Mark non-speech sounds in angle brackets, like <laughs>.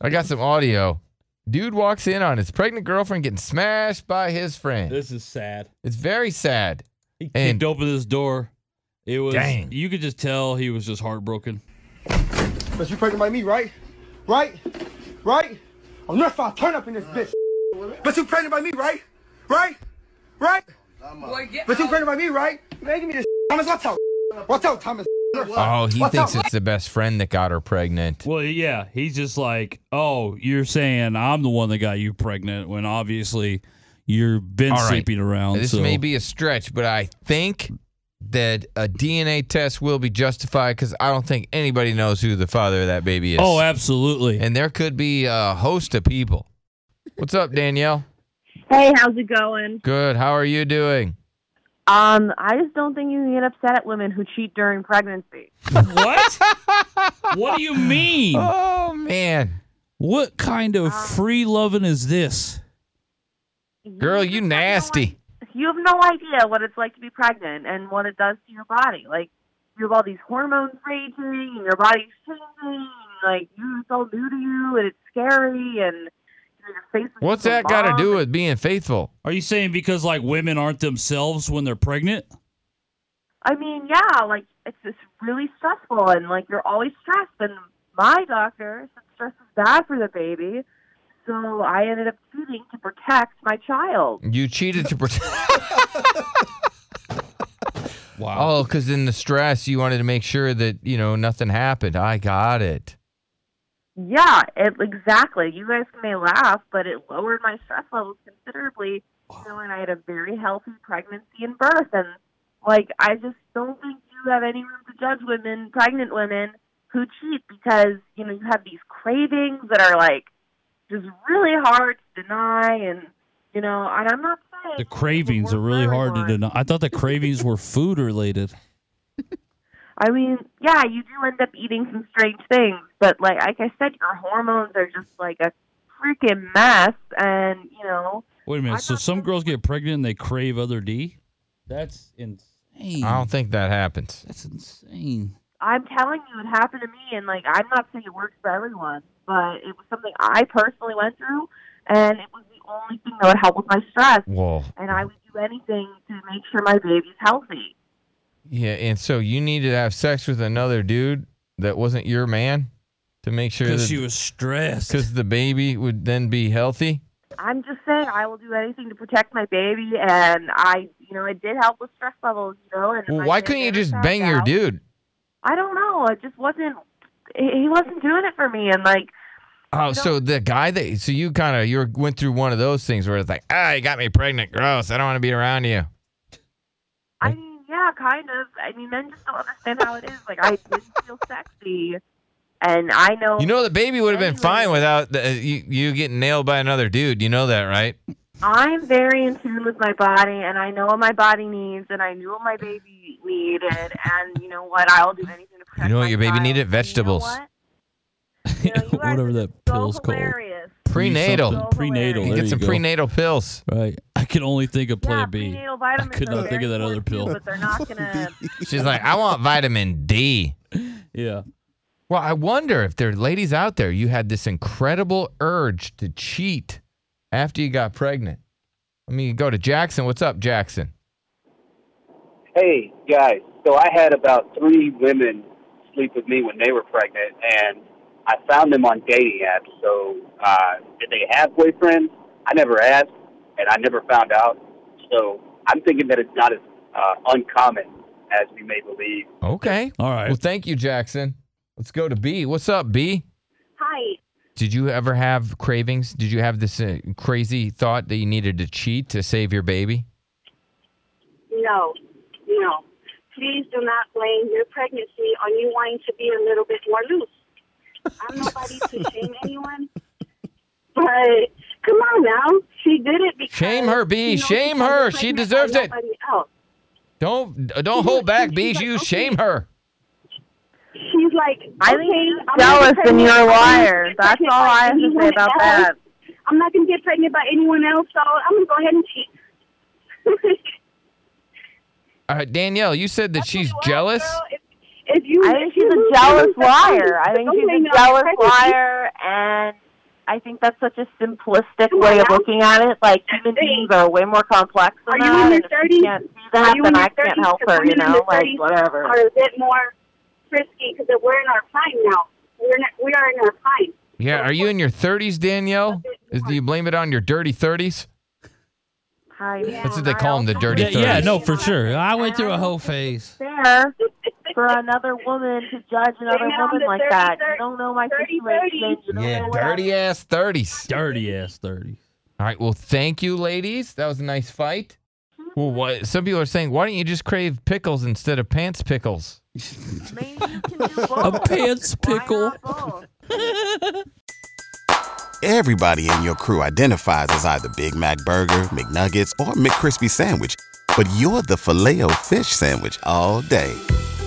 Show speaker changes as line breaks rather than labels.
I got some audio. Dude walks in on his pregnant girlfriend getting smashed by his friend.
This is sad.
It's very sad.
He
And-
kicked open this door. It was
Dang.
you could just tell he was just heartbroken.
But you pregnant by me, right? Right? Right? I'm not gonna turn up in this bitch. But you pregnant by me, right? Right? Right? But you pregnant by me, right? Man, give me this. Thomas, watch out. Watch out, Thomas.
Oh, he
What's
thinks
up?
it's the best friend that got her pregnant.
Well, yeah, he's just like, "Oh, you're saying I'm the one that got you pregnant when obviously you've been
All right.
sleeping around."
This
so-
may be a stretch, but I think that a DNA test will be justified because I don't think anybody knows who the father of that baby is.
Oh, absolutely.
and there could be a host of people. What's up, Danielle?
Hey, how's it going?
Good. How are you doing?
Um, I just don't think you can get upset at women who cheat during pregnancy.
<laughs> what? what do you mean?
<laughs> Oh man,
What kind of free loving is this?
girl,
just
you
have no
nasty.
i- you have no idea what it's like to be pregnant and what it does to your body. Like you have all these hormones raging, and your body's changing. And, like you, it's all new to you, and it's scary. And you know, your face. looks
What's
so
that got to
long.
do with being faithful?
Are you saying because like women aren't themselves when they're pregnant?
I mean, yeah, like it's just really stressful, and like you're always stressed. And my doctor said stress is bad for the baby, so I ended up cheating to protect my child.
You cheated to <laughs> protect.
Wow.
oh, because in the stress, you wanted to make sure that you know nothing happened. I got it.
Yeah, it, exactly. You guys may laugh, but it lowered my stress levels considerably. You know, and I had a very healthy pregnancy and birth, and like I just don't think you have any room to judge women, pregnant women who cheat because you know you have these cravings that are like just really hard to deny, and you know, and I'm not saying
The cravings are really hard to deny. I thought the cravings were food related.
I mean, yeah, you do end up eating some strange things, but like like I said, your hormones are just like a freaking mess, and you know.
Wait a minute. So some girls get pregnant and they crave other D? That's insane.
I don't think that happens.
That's insane.
I'm telling you, it happened to me, and like I'm not saying it works for everyone, but it was something I personally went through, and it was the only thing that would help with my stress.
Whoa.
And I would do anything to make sure my baby's healthy.
Yeah, and so you needed to have sex with another dude that wasn't your man to make sure
Because
that <laughs>
she was stressed.
because the baby would then be healthy.
I'm just saying, I will do anything to protect my baby, and I, you know, it did help with stress levels, you know. And if
Well,
my
why
baby
couldn't you
ever
just
found
bang your
out-
dude?
I don't know. It just wasn't. He he wasn't doing it for me, and like
Oh, so the guy that so you kind of you were- went through one of those things where it's like, ah, you got me pregnant, gross. I don't want to be around you.
I mean, yeah, kind of. I mean, men just don't understand how it is. Like, I didn't feel sexy, and I know.
You know the baby would have been
Anyway.
fine without the, uh, you you getting nailed by another dude. You know that, right?
I'm very in tune with my body, and I know what my body needs, and I knew what my baby needed, and you know what? I'll do anything to protect.
know what
my
your baby
child.
needed?
And
Vegetables.
You
<laughs>
know what? You know, you guys
Whatever
are
that
so
pill's called.
hilarious.
Prenatal.
So
Prenatal.
hilarious.
There
Get
you
some
go.
prenatal pills.
Right. I can only think of
Yeah,
plan B.
prenatal vitamins.
could
are
not think of
very
that other
important,
pill.
but they're
<laughs>
not gonna.
She's like, I want vitamin D.
Yeah.
Well, I wonder if there are ladies out there, you had this incredible urge to cheat after you got pregnant. I mean, you go to Jackson. What's up, Jackson?
hey guys so i had about three women sleep with me when they were pregnant and i found them on dating apps so uh did they have boyfriends i never asked and i never found out so i'm thinking that it's not as uh, uncommon as we may believe
Okay.
All right.
Well, thank you, Jackson. Let's go to B. What's up, B?
Hi.
Did you ever have cravings? Did you have this uh, crazy thought that you needed to cheat to save your baby?
No, no. Please do not blame your pregnancy on you wanting to be a little bit more loose. I'm nobody to shame anyone,
Shame her, B. Shame her. She deserves it.
Else.
Don't don't hold back, Bees. You shame her.
She's like,
I
okay,
think she's
I'm not
jealous
gonna get
and you're a
pregnant by
liar. That's all I have to say
anyone
about
else.
that.
I'm not going to get pregnant by anyone else, so I'm going to go ahead and cheat. <laughs>
All right, Danielle, you said that she's jealous.
Girl, if, if you,
I think
if you
she's a
lose
jealous
your virginity,
liar. I think
don't
she's
blame it
a
on
jealous
pregnancy.
liar, and I think that's such a simplistic
Come on
way of
now.
looking at it. Like human
Hey.
beings are way more complex than
Are you
that.
in your
and if she
30s?
can't see that,
Are you in
then
your
I can't
30s?
help
Because
her. You
women
know,
in their
like
30s
whatever.
Are a bit more frisky because we're in our prime now. We're not, we are in our prime.
Yeah, are you in your 30s, Danielle? Is, do you blame it on your dirty 30s?
Hi.
That's what they call them, the dirty
Yeah,
30s.
yeah, no, for sure. I went through a whole phase.
Fair for another woman to judge another
Blame it on
woman
the
like
30,
that. You
30,
don't know my
30,
situation. You don't
Yeah,
know what
Dirty ass 30s.
Dirty ass 30.
All right, well, thank you, ladies. That was a nice fight.
Hmm.
Well, what, some people are saying, why don't you just crave pickles instead of pants pickles?
I- Maybe you can do
A
both.
pants
Why not
pickle.
both?
Everybody in your crew identifies as either Big Mac Burger, McNuggets, or McCrispy Sandwich. But you're the filet fish Sandwich all day.